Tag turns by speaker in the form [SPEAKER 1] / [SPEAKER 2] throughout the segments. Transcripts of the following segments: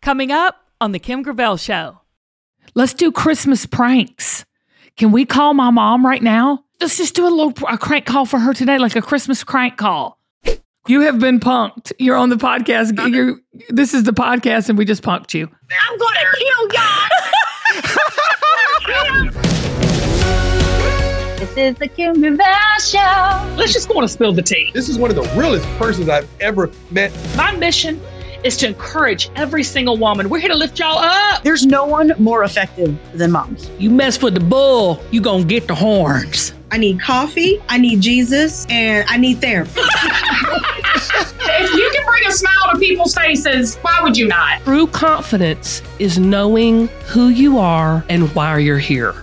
[SPEAKER 1] Coming up on The Kim Gravel Show.
[SPEAKER 2] Let's do Christmas pranks. Can we call my mom right now? Let's just do a little pr- a crank call for her today, like a Christmas crank call. You have been punked. You're on the podcast. You're, this is the podcast, and we just punked you.
[SPEAKER 3] I'm gonna kill y'all.
[SPEAKER 4] This is the Kim Gravel Show.
[SPEAKER 5] Let's just go on and spill the tea.
[SPEAKER 6] This is one of the realest persons I've ever met.
[SPEAKER 5] My mission is to encourage every single woman. We're here to lift y'all up.
[SPEAKER 7] There's no one more effective than moms.
[SPEAKER 8] You mess with the bull, you gonna get the horns.
[SPEAKER 9] I need coffee, I need Jesus, and I need therapy.
[SPEAKER 10] if you can bring a smile to people's faces, why would you not?
[SPEAKER 11] True confidence is knowing who you are and why you're here.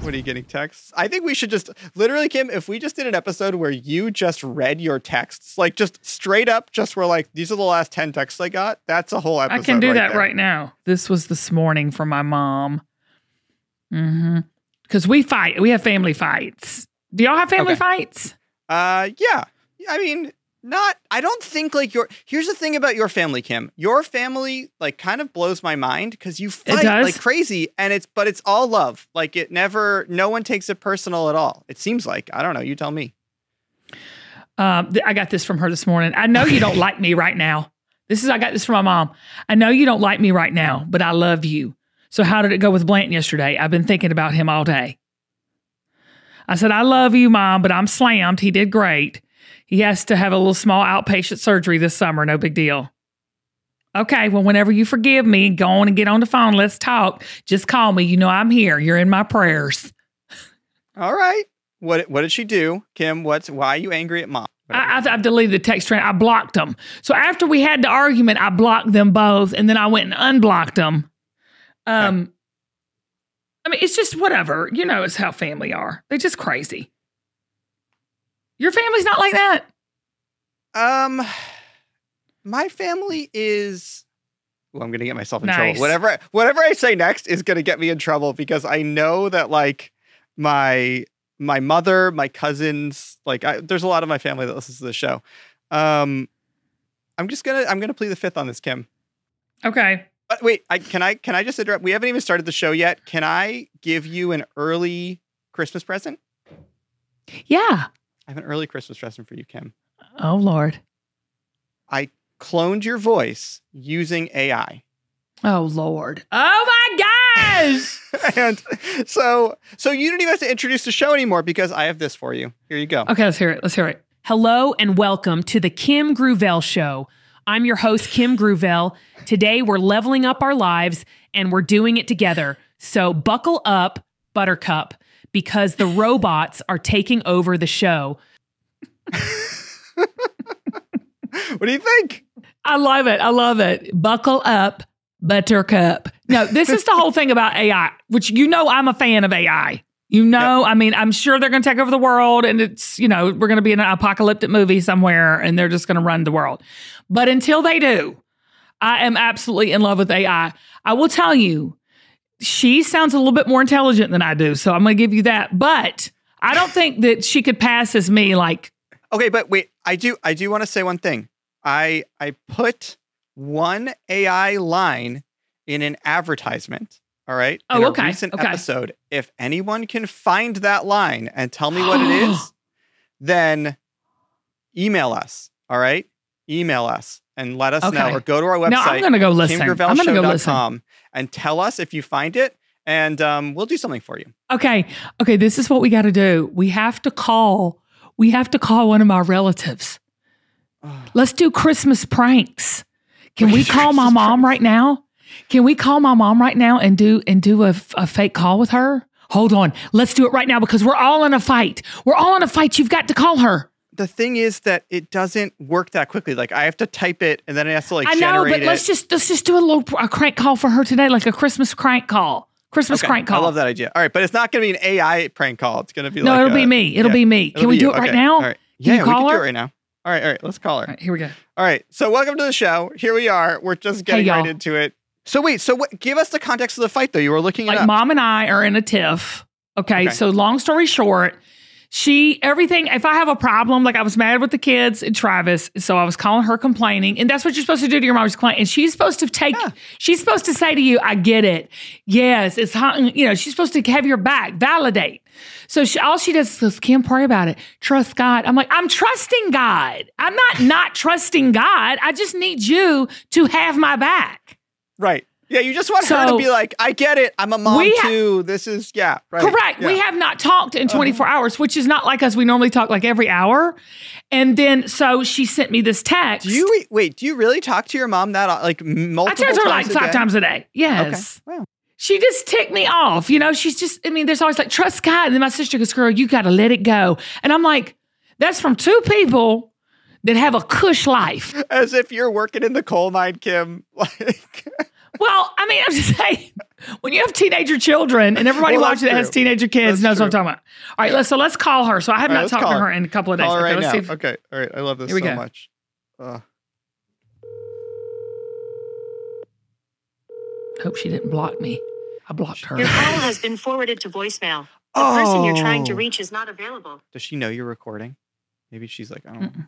[SPEAKER 12] What are you getting texts? I think we should just literally, Kim, if we just did an episode where you just read your texts, like just straight up, just were like, these are the last 10 texts I got, that's a whole episode.
[SPEAKER 2] I can do
[SPEAKER 12] right
[SPEAKER 2] that
[SPEAKER 12] there.
[SPEAKER 2] right now. This was this morning for my mom. Mm-hmm. Because we fight, we have family fights. Do y'all have family
[SPEAKER 12] Okay.
[SPEAKER 2] fights?
[SPEAKER 12] Uh, yeah. I mean, not. I don't think like your. Here's the thing about your family, Kim. Your family like kind of blows my mind because you fight
[SPEAKER 2] does.
[SPEAKER 12] like crazy, and it's but it's all love. Like it never. No one takes it personal at all. It seems like I don't know. You tell me.
[SPEAKER 2] Um, th- I got this from her this morning. I know you don't like me right now. This is I got this from my mom. I know you don't like me right now, but I love you. So how did it go with Blanton yesterday? I've been thinking about him all day. I said, I love you, mom, but I'm slammed. He did great. He has to have a little small outpatient surgery this summer. No big deal. Okay, well, whenever you forgive me, go on and get on the phone. Let's talk. Just call me. You know I'm here. You're in my prayers.
[SPEAKER 12] All right. What What did she do, Kim? What's why are you angry at mom?
[SPEAKER 2] I, I've, I've deleted the text train. I blocked them. So after we had the argument, I blocked them both, and then I went and unblocked them. Um, I mean, it's just whatever. You know, it's how family are. They're just crazy. Your family's not like that.
[SPEAKER 12] Um, my family is. Well, I'm gonna get myself in
[SPEAKER 2] Nice.
[SPEAKER 12] trouble. Whatever, I- whatever I say next is gonna get me in trouble because I know that like my my mother, my cousins, like I, there's a lot of my family that listens to the show. Um, I'm just gonna I'm gonna plead the fifth on this, Kim.
[SPEAKER 2] Okay.
[SPEAKER 12] But wait, I can I can I just interrupt? We haven't even started the show yet. Can I give you an early Christmas present?
[SPEAKER 2] Yeah.
[SPEAKER 12] I have an early Christmas present for you, Kim.
[SPEAKER 2] Oh Lord.
[SPEAKER 12] Cloned your voice using AI.
[SPEAKER 2] Oh Lord. Oh my gosh.
[SPEAKER 12] and so so you don't even have to introduce the show anymore because I have this for you. Here you go.
[SPEAKER 2] okay, let's hear it. Let's hear it.
[SPEAKER 1] Hello and welcome to The Kim Gravel Show. I'm your host, Kim Gravel. Today we're leveling up our lives and we're doing it together. So buckle up, Buttercup, because the robots are taking over the show.
[SPEAKER 12] What do you think?
[SPEAKER 2] I love it. I love it. Buckle up, Buttercup. No, this is the whole thing about AI, which you know I'm a fan of AI. You know, I mean, I'm sure they're going to take over the world and it's, you know, we're going to be in an apocalyptic movie somewhere and they're just going to run the world. But until they do, I am absolutely in love with AI. I will tell you, she sounds a little bit more intelligent than I do. So I'm going to give you that. But I don't think that she could pass as me like,
[SPEAKER 12] Okay, but wait, I do I do want to say one thing. I I put one AI line in an advertisement. All right.
[SPEAKER 2] Oh,
[SPEAKER 12] in a
[SPEAKER 2] okay,
[SPEAKER 12] recent
[SPEAKER 2] okay.
[SPEAKER 12] episode. If anyone can find that line and tell me what it is, then email us. All right. Email us and let us know
[SPEAKER 2] Okay.
[SPEAKER 12] or go to our website.
[SPEAKER 2] no, I'm going to go listen. I'm going to go listen.
[SPEAKER 12] kimgravelshow.com, and tell us if you find it, and um, we'll do something for you.
[SPEAKER 2] Okay. Okay. This is what we got to do. We have to call. We have to call one of my relatives. Let's do Christmas pranks. Can we call my mom right now? Can we call my mom right now and do and do a, f- a fake call with her? Hold on. Let's do it right now because we're all in a fight. We're all in a fight. You've got to call her.
[SPEAKER 12] The thing is that it doesn't work that quickly. Like I have to type it, and then it has to like
[SPEAKER 2] I know,
[SPEAKER 12] generate
[SPEAKER 2] but let's
[SPEAKER 12] it.
[SPEAKER 2] just let's just do a little pr- a crank call for her today, like a Christmas crank call. Christmas
[SPEAKER 12] Okay,
[SPEAKER 2] crank call.
[SPEAKER 12] I love that idea. All right, but it's not going to be an AI prank call. It's going to be
[SPEAKER 2] No,
[SPEAKER 12] like
[SPEAKER 2] it'll
[SPEAKER 12] a-
[SPEAKER 2] be me. It'll
[SPEAKER 12] yeah,
[SPEAKER 2] be me. Can we
[SPEAKER 12] be
[SPEAKER 2] do
[SPEAKER 12] you.
[SPEAKER 2] it right
[SPEAKER 12] Okay,
[SPEAKER 2] now?
[SPEAKER 12] All right. Yeah,
[SPEAKER 2] you
[SPEAKER 12] we
[SPEAKER 2] call
[SPEAKER 12] can do
[SPEAKER 2] her?
[SPEAKER 12] it right now. All right, all right, let's call her.
[SPEAKER 2] All right, here we go.
[SPEAKER 12] All right, so welcome to the show. Here we are. We're just getting
[SPEAKER 2] y'all.
[SPEAKER 12] right into it. So wait, so what? Give us the context of the fight, though. You were looking it
[SPEAKER 2] like
[SPEAKER 12] up.
[SPEAKER 2] mom and I are in a tiff. Okay,
[SPEAKER 12] Okay.
[SPEAKER 2] so long story short, She everything. If I have a problem, like I was mad with the kids and Travis, so I was calling her complaining, and that's what you're supposed to do to your mom's client. And she's supposed to take. She's supposed to say to you, "I get it. Yes, it's hot. You know, she's supposed to have your back, validate." So she, all she does is Kim, pray about it. Trust God. I'm like, I'm trusting God. I'm not not trusting God. I just need you to have my back.
[SPEAKER 12] Right. Yeah, you just want her to
[SPEAKER 2] So-
[SPEAKER 12] be like, I get it. I'm a mom
[SPEAKER 2] We ha-
[SPEAKER 12] too. This is yeah, right.
[SPEAKER 2] Correct. We
[SPEAKER 12] Oh, Yeah. Um,
[SPEAKER 2] have not talked in 24 hours, which is not like us. We normally talk like every hour. And then so she sent me this text.
[SPEAKER 12] Do you wait? Do you really talk to your mom that like m-
[SPEAKER 2] I
[SPEAKER 12] multiple
[SPEAKER 2] text her like
[SPEAKER 12] times?
[SPEAKER 2] five
[SPEAKER 12] a day?
[SPEAKER 2] times a day. Yes.
[SPEAKER 12] Wow.
[SPEAKER 2] She just ticked me off. You know, she's just, I mean, there's always like, trust God. And then my sister goes, girl, you got to let it go. And I'm like, that's from two people that have a cush life.
[SPEAKER 12] As if you're working in the coal mine, Kim. Like,
[SPEAKER 2] Well, I mean, I'm just saying, when you have teenager children, and everybody
[SPEAKER 12] Well, that's
[SPEAKER 2] watching that has
[SPEAKER 12] true.
[SPEAKER 2] teenager kids
[SPEAKER 12] That's
[SPEAKER 2] knows what I'm
[SPEAKER 12] true.
[SPEAKER 2] talking about. All right, let's, so let's call her. So I have
[SPEAKER 12] All right,
[SPEAKER 2] not
[SPEAKER 12] let's
[SPEAKER 2] talked to
[SPEAKER 12] call her.
[SPEAKER 2] her in a couple of days. Oh,
[SPEAKER 12] all
[SPEAKER 2] Okay,
[SPEAKER 12] right
[SPEAKER 2] let's
[SPEAKER 12] now.
[SPEAKER 2] see if-
[SPEAKER 12] okay, all right. I love this
[SPEAKER 2] Here we
[SPEAKER 12] so
[SPEAKER 2] go.
[SPEAKER 12] much. Uh,
[SPEAKER 2] Hope she didn't block me. I blocked her.
[SPEAKER 3] Your call has been forwarded to voicemail. The
[SPEAKER 12] oh,
[SPEAKER 3] person you're trying to reach is not available.
[SPEAKER 12] Does she know you're recording? Maybe she's like, I don't.
[SPEAKER 2] Mm-mm.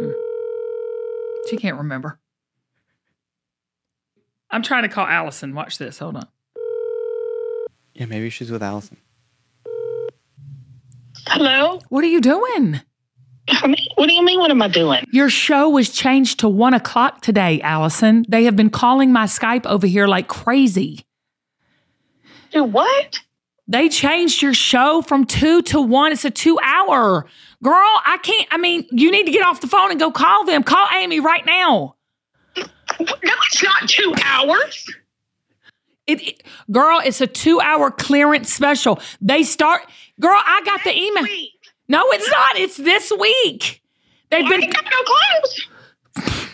[SPEAKER 2] Mm-mm. She can't remember. I'm trying to call Allison. Watch this. Hold on.
[SPEAKER 12] Yeah, maybe she's with Allison.
[SPEAKER 10] Hello?
[SPEAKER 2] What are you doing?
[SPEAKER 10] I mean, What do you mean? What am I doing?
[SPEAKER 2] Your show was changed to one o'clock today, Allison. They have been calling my Skype over here like crazy.
[SPEAKER 10] Do what?
[SPEAKER 2] They changed your show from two to one. It's a two hour. Girl, I can't. I mean, you need to get off the phone and go call them. Call Amy right now.
[SPEAKER 10] No, it's not two hours.
[SPEAKER 2] It, it- girl, it's a two hour clearance special. They start, girl, I got the email.
[SPEAKER 10] Wait,
[SPEAKER 2] No, it's not. It's this week. They've
[SPEAKER 10] I
[SPEAKER 2] been
[SPEAKER 10] ain't got no clothes.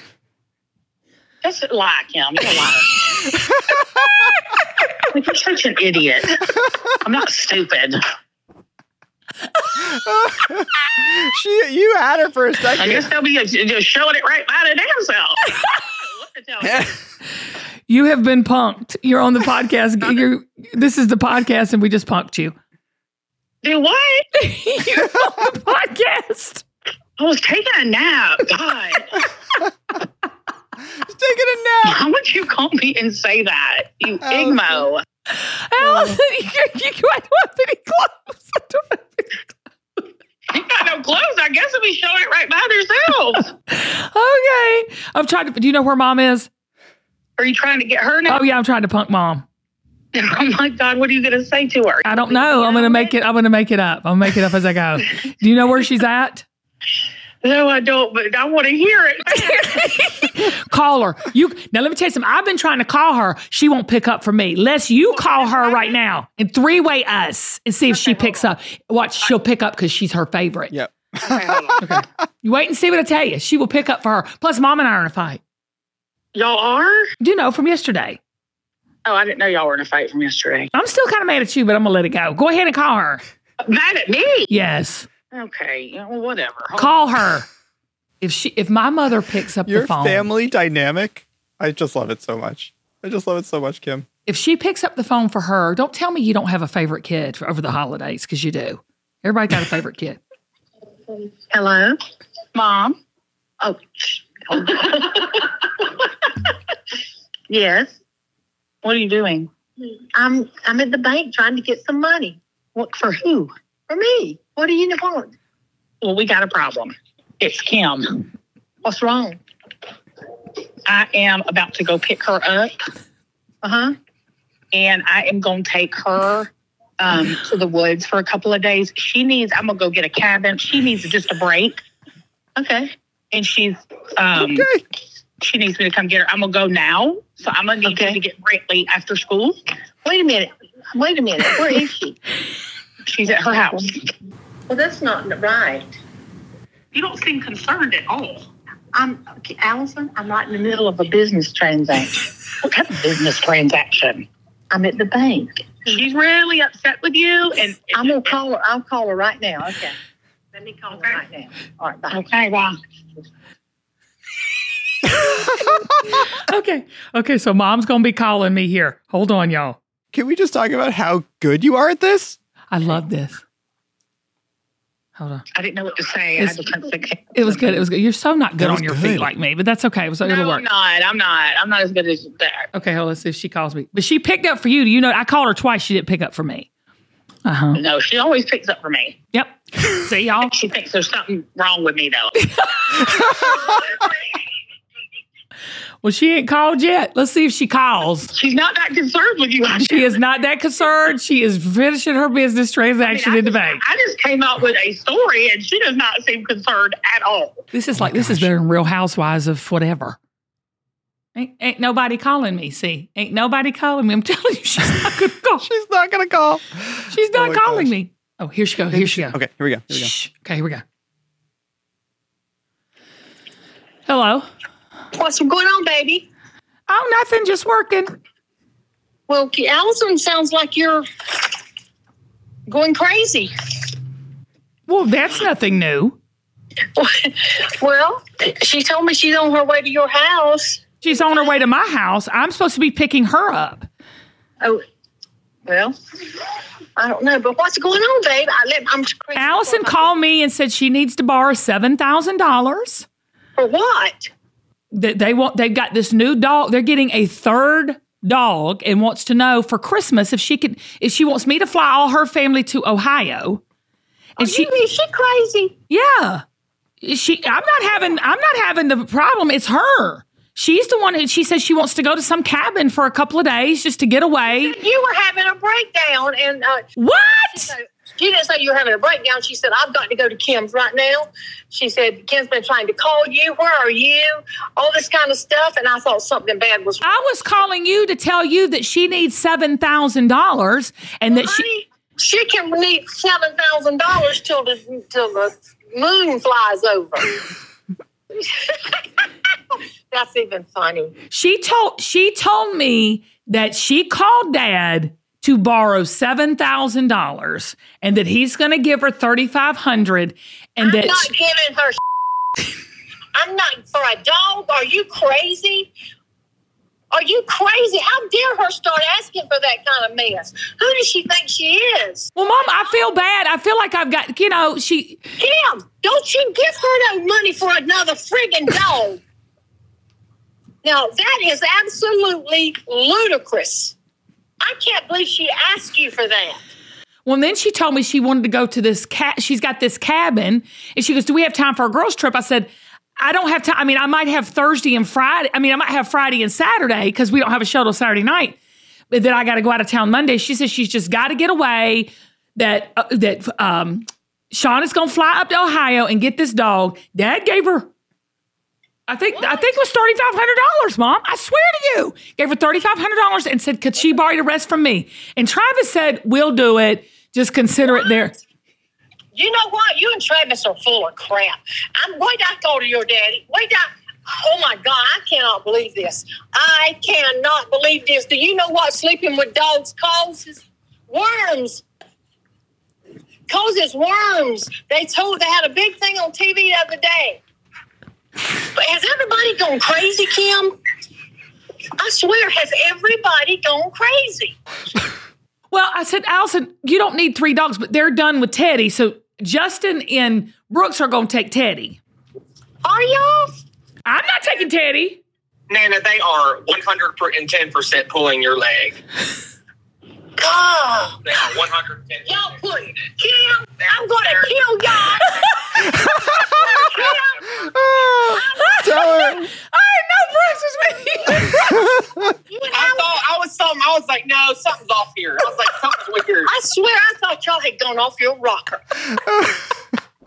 [SPEAKER 10] That's a lie, Kim. You're a liar. like, you're such an idiot. I'm not stupid.
[SPEAKER 12] She, you had her for a
[SPEAKER 10] I guess
[SPEAKER 12] second.
[SPEAKER 10] they'll be uh, just showing it right by their damn self. What to tell you.
[SPEAKER 2] you have been punked. You're on the podcast. You're this is the podcast, and we just punked you.
[SPEAKER 10] Do what?
[SPEAKER 2] You're on the podcast.
[SPEAKER 10] I was taking a nap. God,
[SPEAKER 12] She's taking a nap.
[SPEAKER 10] how would you call me and say that? You
[SPEAKER 12] Allison.
[SPEAKER 10] igmo.
[SPEAKER 2] Allison, you, you, you I don't have any clothes. I don't have
[SPEAKER 10] You got no clothes. I guess they'll be showing it right by themselves.
[SPEAKER 2] any- Okay, I'm trying to. Do you know where mom is?
[SPEAKER 10] Are you trying to get her now?
[SPEAKER 2] Oh yeah, I'm trying to punk mom.
[SPEAKER 10] Oh my God, what are you going to say to her?
[SPEAKER 2] I don't know. I'm gonna make it. I'm gonna make it up. I'll make it up as I go. Do you know where she's at?
[SPEAKER 10] No, I don't, but I want to hear it.
[SPEAKER 2] call her. You now let me tell you something. I've been trying to call her. She won't pick up for me. Les, you call her right now and three way us and see if she picks up. Watch, she'll pick up because she's her favorite.
[SPEAKER 12] Yep.
[SPEAKER 10] Okay, hold on.
[SPEAKER 2] You wait and see what I tell you. She will pick up for her. Plus, mom and I are in a fight.
[SPEAKER 10] y'all are?
[SPEAKER 2] Do you know from yesterday?
[SPEAKER 10] Oh, I didn't know y'all were in a fight from yesterday.
[SPEAKER 2] I'm still kind of mad at you, but I'm gonna let it go. Go ahead and call her.
[SPEAKER 10] Mad at me?
[SPEAKER 2] Yes,
[SPEAKER 10] Okay, yeah, well, whatever. Hold on.
[SPEAKER 2] call her. If she, if my mother picks up
[SPEAKER 12] Your
[SPEAKER 2] the phone,
[SPEAKER 12] family dynamic. I just love it so much. I just love it so much, Kim.
[SPEAKER 2] if she picks up the phone for her, don't tell me you don't have a favorite kid for, over the holidays because you do. Everybody got a favorite kid.
[SPEAKER 10] Hello, mom. Oh, sh- yes. What are you doing?
[SPEAKER 3] I'm I'm at the bank trying to get some money
[SPEAKER 10] What for? Who?
[SPEAKER 3] for me. What do you want?
[SPEAKER 10] Well, we got a problem. It's Kim.
[SPEAKER 3] What's wrong?
[SPEAKER 10] I am about to go pick her up,
[SPEAKER 3] Uh huh.
[SPEAKER 10] and I am going to take her um, to the woods for a couple of days. She needs. I'm gonna go get a cabin. She needs just a break,
[SPEAKER 3] Okay.
[SPEAKER 10] and she's. Um,
[SPEAKER 12] Okay.
[SPEAKER 10] She needs me to come get her. I'm gonna go now, so I'm gonna need
[SPEAKER 3] Okay.
[SPEAKER 10] you to get Brantley after school.
[SPEAKER 3] Wait a minute. Wait a minute. Where is she?
[SPEAKER 10] She's at her house.
[SPEAKER 3] Well, that's not right.
[SPEAKER 10] You don't seem concerned at all.
[SPEAKER 3] I'm okay, Allison. I'm right in the middle of a business transaction.
[SPEAKER 10] What kind of business transaction?
[SPEAKER 3] I'm at the bank.
[SPEAKER 10] She's really upset with you, and
[SPEAKER 3] I'm gonna call her. I'll call her right now. Okay. Let me call
[SPEAKER 10] Okay.
[SPEAKER 3] her right now. All right. Bye.
[SPEAKER 10] okay. Well,
[SPEAKER 2] okay. Okay. So mom's going to be calling me here. Hold on, y'all.
[SPEAKER 12] Can we just talk about how good you are at this?
[SPEAKER 2] I love this. Hold on.
[SPEAKER 10] I didn't know what to say. I
[SPEAKER 2] It's-
[SPEAKER 10] just couldn't think.
[SPEAKER 2] It was good. It was good. You're so not good
[SPEAKER 10] That was
[SPEAKER 2] on your feet
[SPEAKER 10] good.
[SPEAKER 2] like me, but that's okay. It was,
[SPEAKER 10] No,
[SPEAKER 2] it'll
[SPEAKER 10] I'm
[SPEAKER 2] work.
[SPEAKER 10] not. I'm not. I'm not as good as that.
[SPEAKER 2] Okay, hold on. Let's see if she calls me. But she picked up for you. You know, I called her twice. She didn't pick up for me. Uh huh.
[SPEAKER 10] No, she always picks up for me.
[SPEAKER 2] Yep. See y'all.
[SPEAKER 10] she thinks there's something wrong with me though.
[SPEAKER 2] Well, she ain't called yet. Let's see if she calls.
[SPEAKER 10] She's not that concerned with you.
[SPEAKER 2] She is not that concerned. She is finishing her business transaction in the bank.
[SPEAKER 10] I just came out with a story, and she does not seem concerned at all.
[SPEAKER 2] This is like this is better than Real Housewives of whatever. Ain't, ain't nobody calling me. See, ain't nobody calling me. I'm telling you, she's not gonna call.
[SPEAKER 12] she's not gonna call.
[SPEAKER 2] She's not calling me. Oh, here she go. Here she go.
[SPEAKER 12] Okay, here we go. Here we go.
[SPEAKER 2] Okay, here we go. Hello.
[SPEAKER 13] What's going on, baby?
[SPEAKER 2] Oh, nothing, just working.
[SPEAKER 13] Well, Allison sounds like you're going crazy.
[SPEAKER 2] Well, that's nothing new.
[SPEAKER 13] well, she told me she's on her way to your house.
[SPEAKER 2] She's on her way to my house. I'm supposed to be picking her up.
[SPEAKER 13] Oh, well, I don't know, but what's going on, babe? I let, I'm crazy.
[SPEAKER 2] Allison called me and said she needs to borrow seven thousand dollars.
[SPEAKER 13] For what?
[SPEAKER 2] They, they want. They've got this new dog. They're getting a third dog and wants to know for Christmas if she could if she wants me to fly all her family to Ohio. And she
[SPEAKER 13] is Oh, she crazy?
[SPEAKER 2] Yeah. She. I'm not having. I'm not having the problem. It's her. She's the one who she says she wants to go to some cabin for a couple of days just to get away.
[SPEAKER 13] You were having a breakdown, and uh,
[SPEAKER 2] what?
[SPEAKER 13] She, said- she didn't say you were having a breakdown. She said, "I've got to go to Kim's right now." She said, "Kim's been trying to call you. Where are you?" All this kind of stuff, and I thought something bad was.
[SPEAKER 2] I was calling you to tell you that she needs seven thousand dollars and that she
[SPEAKER 13] she can need seven thousand dollars till the till the moon flies over. That's even funny.
[SPEAKER 2] she told she told me that she called dad to borrow seven thousand dollars and that he's going to give her thirty five hundred and
[SPEAKER 13] I'm
[SPEAKER 2] that
[SPEAKER 13] not giving her. I'm not for a dog. Are you crazy? Are you crazy? How dare her start asking for that kind of mess? Who does she think she is?
[SPEAKER 2] well, mom, I feel bad. I feel like I've got you know she
[SPEAKER 13] Kim, don't you give her no money for another friggin' dog. Now, that is absolutely ludicrous. I can't believe she asked you for that.
[SPEAKER 2] Well, then she told me she wanted to go to this cat. She's got this cabin, and she goes, "Do we have time for a girls' trip?" I said, "I don't have time. I mean, I might have Thursday and Friday. I mean, I might have Friday and Saturday because we don't have a shuttle Saturday night. But then I got to go out of town Monday." She says she's just got to get away. That uh, that um, Sean is gonna fly up to Ohio and get this dog. Dad gave her. I think I think it was thirty five hundred dollars, Mom. I swear to you, gave her thirty five hundred dollars and said, "Could she borrow the rest from me?" And Travis said, "We'll do it. Just consider it there."
[SPEAKER 13] You know what? You and Travis are full of crap. I'm wait I go to your daddy. Wait I oh my god, I cannot believe this. I cannot believe this. Do you know what sleeping with dogs causes? Worms. Causes worms. They told they had a big thing on TV the other day. But has everybody gone crazy, Kim? I swear, has everybody gone crazy?
[SPEAKER 2] Well, I said, Allison, you don't need three dogs, but they're done with Teddy. So Justin and Brooks are going to take Teddy.
[SPEAKER 13] Are y'all?
[SPEAKER 2] I'm not taking Teddy.
[SPEAKER 14] Nana, they are 110% pulling your leg.
[SPEAKER 13] God.
[SPEAKER 14] They are 110
[SPEAKER 13] Y'all put Kim, I'm gonna kill y'all. Kim,
[SPEAKER 12] Ah! Tell her.
[SPEAKER 2] I didn't
[SPEAKER 14] know Brooks was with you. I thought I was something. I was like, no, something's off here. I was like, something's weird.
[SPEAKER 13] I swear I thought y'all had gone off your rocker.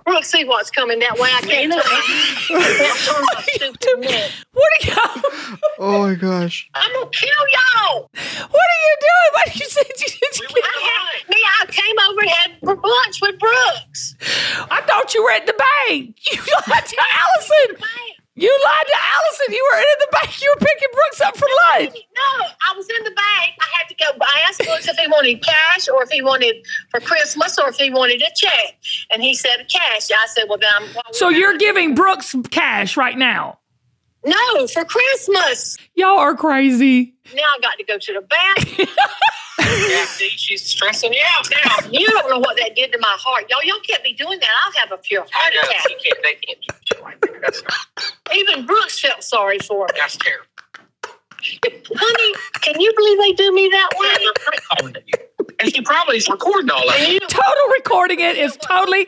[SPEAKER 13] Brooke, see what's coming that way. I can't tell you.
[SPEAKER 2] What are y'all?
[SPEAKER 12] Oh my gosh.
[SPEAKER 13] I'm gonna kill y'all.
[SPEAKER 2] What are you doing? What you said you just
[SPEAKER 13] I had, me, I came over and had br- lunch with Brooks.
[SPEAKER 2] I thought you were at the bank. You lied to Allison. You lied to Allison. You were in the bank. You were picking Brooks up for lunch.
[SPEAKER 13] No, I was in the bank. I had to go. I asked Brooks if he wanted cash or if he wanted for Christmas or if he wanted a check, and he said cash. I said, well, then I'm.
[SPEAKER 2] So you're giving Brooks cash right now.
[SPEAKER 13] No, for Christmas.
[SPEAKER 2] Y'all are crazy.
[SPEAKER 13] Now I got to go to the bathroom. Yeah, see, she's stressing you out now. You don't know what that did to my heart. Y'all, y'all can't be doing that. I'll have a pure heart attack. Even Brooks felt sorry for me. That's terrible. Honey, can you believe they do me that way?
[SPEAKER 14] And she probably is recording all of it.
[SPEAKER 2] Total recording it is totally.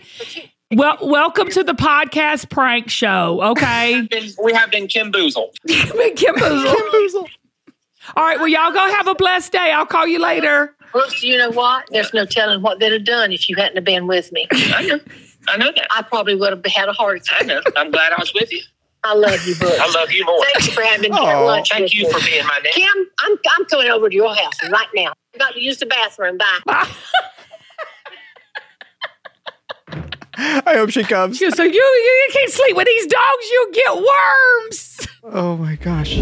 [SPEAKER 2] Well, welcome to the podcast prank show. Okay,
[SPEAKER 14] We have been Kim Boozled.
[SPEAKER 2] Big Kim Boozle. All right, well, y'all go have a blessed day. I'll call you later.
[SPEAKER 13] Brooks, you know what? There's no telling what they'd have done if you hadn't have been with me. I know. I know that. I probably would have had a heart attack. I know.
[SPEAKER 14] I'm glad I was with you.
[SPEAKER 13] I love you, Brooks.
[SPEAKER 14] I love you more.
[SPEAKER 13] Thanks for having me at
[SPEAKER 14] Oh,
[SPEAKER 13] lunch.
[SPEAKER 14] thank
[SPEAKER 13] with
[SPEAKER 14] you
[SPEAKER 13] me.
[SPEAKER 14] for being my dad.
[SPEAKER 13] Kim, I'm, I'm coming over to your house right now. I got to use the bathroom. Bye.
[SPEAKER 12] I hope she comes.
[SPEAKER 2] So you, you can't sleep with these dogs. You'll get worms.
[SPEAKER 12] Oh my gosh.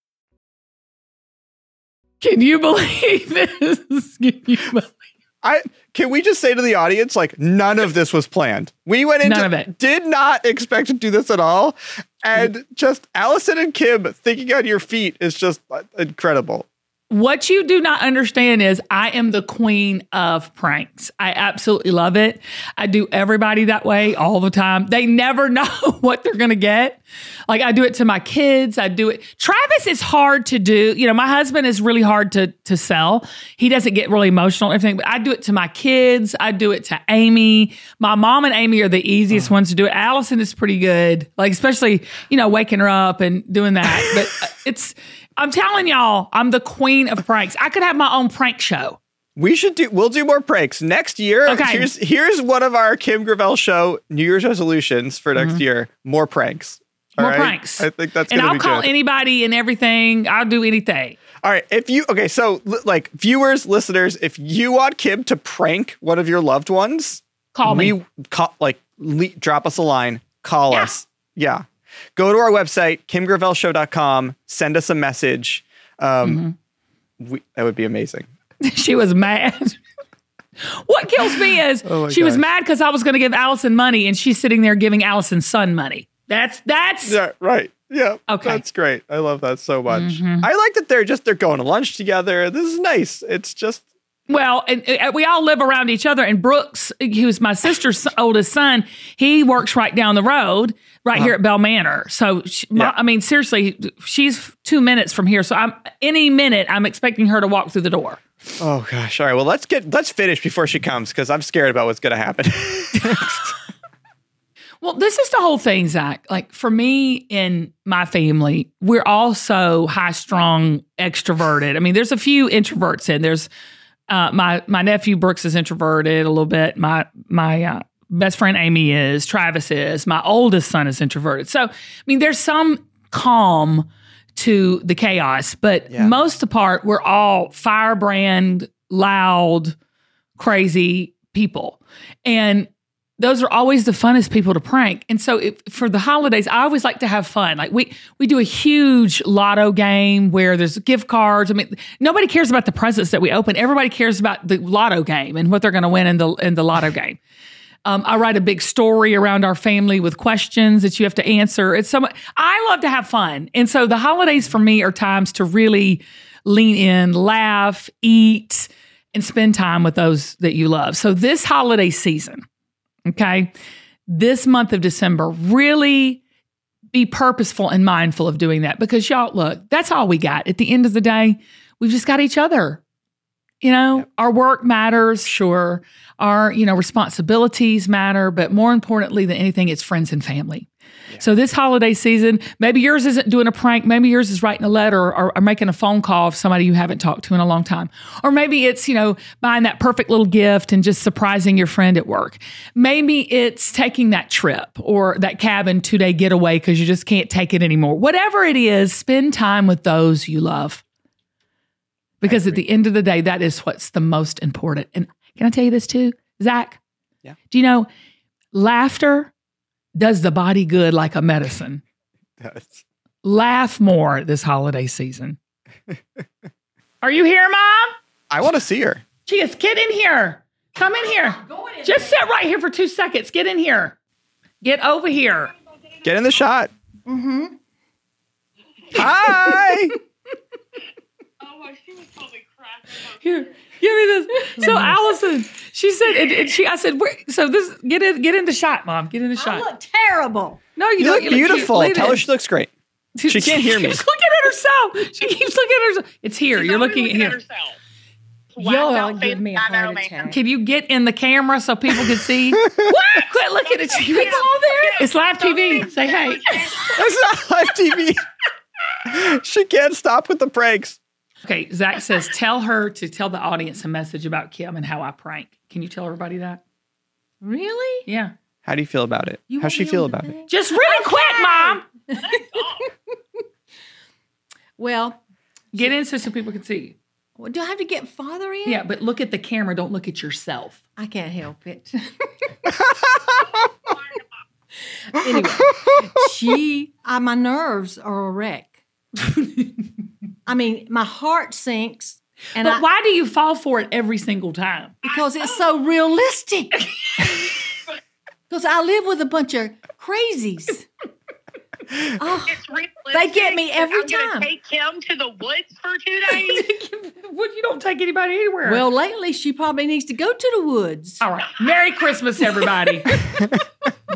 [SPEAKER 2] Can you believe this? Can you believe?
[SPEAKER 12] I can we just say to the audience like none of this was planned. We went into
[SPEAKER 2] None of it.
[SPEAKER 12] did not expect to do this at all, and just Allison and Kim thinking on your feet is just uh, incredible.
[SPEAKER 2] What you do not understand is I am the queen of pranks. I absolutely love it. I do everybody that way all the time. They never know what they're going to get. Like I do it to my kids. I do it. Travis is hard to do. You know, my husband is really hard to to sell. He doesn't get really emotional and everything, but I do it to my kids. I do it to Amy. My mom and Amy are the easiest ones to do it. Allison is pretty good. Like especially, you know, waking her up and doing that. But uh, it's I'm telling y'all, I'm the queen of pranks. I could have my own prank show.
[SPEAKER 12] We should do. We'll do more pranks next year.
[SPEAKER 2] Okay.
[SPEAKER 12] Here's here's one of our Kim Gravel show New Year's resolutions for next year. More pranks. All
[SPEAKER 2] Mm-hmm. More
[SPEAKER 12] right?
[SPEAKER 2] pranks.
[SPEAKER 12] I think that's
[SPEAKER 2] and
[SPEAKER 12] gonna
[SPEAKER 2] I'll
[SPEAKER 12] be
[SPEAKER 2] call
[SPEAKER 12] good.
[SPEAKER 2] anybody and everything. I'll do anything.
[SPEAKER 12] All right. If you okay, so li- like viewers, listeners, if you want Kim to prank one of your loved ones,
[SPEAKER 2] Call
[SPEAKER 12] we,
[SPEAKER 2] me.
[SPEAKER 12] Call, like le- drop us a line. Call us. Yeah. Go to our website kimgravelshow.com. Send us a message. Um,
[SPEAKER 2] Mm-hmm.
[SPEAKER 12] we, that would be amazing.
[SPEAKER 2] she was mad. what kills me is
[SPEAKER 12] Oh my
[SPEAKER 2] she was
[SPEAKER 12] gosh.
[SPEAKER 2] mad because I was going to give Allison money, and she's sitting there giving Allison's son money. That's that's
[SPEAKER 12] Yeah. Right. Yeah.
[SPEAKER 2] Okay. Mm-hmm.
[SPEAKER 12] That's great. I love that so much. I like that they're just they're going to lunch together. This is nice. It's just
[SPEAKER 2] Well, and, and we all live around each other. And Brooks, who's my sister's oldest son, he works right down the road, right
[SPEAKER 12] Uh-huh.
[SPEAKER 2] here at Bell Manor. So, she, my, I mean, seriously, she's two minutes from here. So, I'm any minute, I'm expecting her to walk through the door.
[SPEAKER 12] Oh gosh. All right. Well, let's get let's finish before she comes because I'm scared about what's going to happen.
[SPEAKER 2] Well, this is the whole thing, Zach. Like for me and my family, we're all so high strung, extroverted. I mean, there's a few introverts in. There's uh, my my nephew Brooks is introverted a little bit. My my uh, best friend Amy is, Travis is, my oldest son is introverted. So, I mean, there's some calm to the chaos, but most apart, we're all firebrand, loud, crazy people. And those are always the funnest people to prank. And so if, for the holidays, I always like to have fun. Like we we do a huge lotto game where there's gift cards. I mean, nobody cares about the presents that we open. Everybody cares about the lotto game and what they're going to win in the in the lotto game. Um, I write a big story around our family with questions that you have to answer. It's so much, I love to have fun, and so the holidays for me are times to really lean in, laugh, eat, and spend time with those that you love. So this holiday season, okay, this month of December, really be purposeful and mindful of doing that because y'all look, that's all we got. At the end of the day, we've just got each other. You know, our work matters, sure. Our, you know, responsibilities matter, but more importantly than anything, it's friends and family. So this holiday season, maybe yours isn't doing a prank, maybe yours is writing a letter or, or making a phone call of somebody you haven't talked to in a long time. Or maybe it's, you know, buying that perfect little gift and just surprising your friend at work. Maybe it's taking that trip or that cabin two-day getaway because you just can't take it anymore. Whatever it is, spend time with those you love. Because at the end of the day, that is what's the most important. And can I tell you this too, Zach?
[SPEAKER 12] Yeah.
[SPEAKER 2] Do you know laughter does the body good like a medicine? Laugh more this holiday season. Are you here, Mom?
[SPEAKER 12] I want to see her.
[SPEAKER 2] She is. Get in here. Come in here. Just sit right here for two seconds. Get in here. Get over here.
[SPEAKER 12] Get in the shot.
[SPEAKER 2] Mm-hmm.
[SPEAKER 12] Hi.
[SPEAKER 2] Here, give me this. So Allison, she said, and, and she, I said, Where, so this, get in, get in the shot, mom, get in the shot.
[SPEAKER 7] look terrible.
[SPEAKER 2] No, you,
[SPEAKER 12] You,
[SPEAKER 2] don't.
[SPEAKER 12] look
[SPEAKER 2] cute.
[SPEAKER 12] beautiful.
[SPEAKER 2] Lean
[SPEAKER 12] Tell
[SPEAKER 2] in.
[SPEAKER 12] her she looks great. She can't hear me.
[SPEAKER 2] keeps looking at herself. She keeps looking at herself. It's here. You're looking, at here. Y'all give me a heart attack. Can you get in the camera so people can see? what? Quit looking at you. It's all there. It's live TV. Say hey.
[SPEAKER 12] That's not live TV. she can't stop with the pranks.
[SPEAKER 2] Okay, Zach says, tell her to tell the audience a message about Kim and how I prank. Can you tell everybody that?
[SPEAKER 11] Really?
[SPEAKER 2] Yeah.
[SPEAKER 12] How do you feel about it? How's she feel about it?
[SPEAKER 2] Just really quick, Mom.
[SPEAKER 11] well,
[SPEAKER 2] get in so some people can see you.
[SPEAKER 11] Well, do I have to get father in?
[SPEAKER 2] Yeah, but look at the camera. Don't look at yourself.
[SPEAKER 11] I can't help it. anyway, she, uh, my nerves are a wreck. I mean, my heart sinks. And
[SPEAKER 2] but
[SPEAKER 11] I,
[SPEAKER 2] why do you fall for it every single time?
[SPEAKER 11] Because it's so realistic. Because I live with a bunch of crazies. Oh, they get me every
[SPEAKER 10] I'm
[SPEAKER 11] time.
[SPEAKER 10] gonna take Kim to the woods for two days.
[SPEAKER 2] What you don't take anybody anywhere.
[SPEAKER 11] Well, lately she probably needs to go to the woods.
[SPEAKER 2] All right. Merry Christmas, everybody.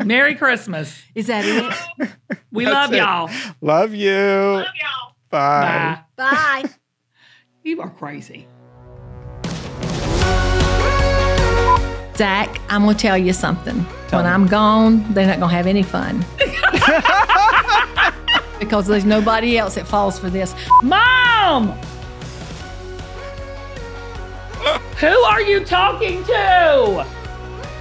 [SPEAKER 2] Merry Christmas.
[SPEAKER 11] Is that it?
[SPEAKER 2] We
[SPEAKER 12] That's
[SPEAKER 2] love
[SPEAKER 12] it.
[SPEAKER 2] y'all.
[SPEAKER 12] Love you. Love y'all. Bye.
[SPEAKER 11] Bye.
[SPEAKER 2] You are crazy.
[SPEAKER 11] Zach, I'm gonna tell you something. when I'm gone, they're not gonna have any fun. because there's nobody else that falls for this.
[SPEAKER 2] Mom! Who are you talking to?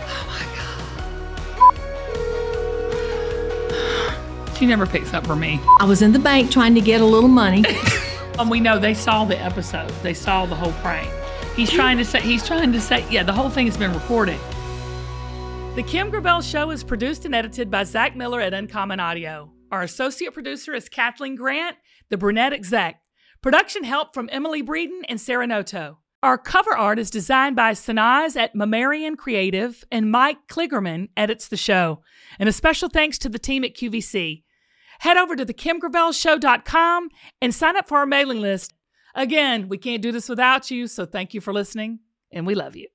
[SPEAKER 2] Oh my God. She never picks up for me.
[SPEAKER 11] I was in the bank trying to get a little money.
[SPEAKER 2] And we know they saw the episode. They saw the whole prank. He's trying to say, he's trying to say, yeah, the whole thing has been recorded. The Kim Gravel Show is produced and edited by Zach Miller at Uncommon Audio. Our associate producer is Kathleen Grant, the brunette exec. Production help from Emily Breeden and Sarah Noto. Our cover art is designed by Sanaz at Mammarian Creative, and Mike Kligerman edits the show. And a special thanks to the team at QVC. Head over to thekimgravelshow.com and sign up for our mailing list. Again, we can't do this without you, so thank you for listening, and we love you.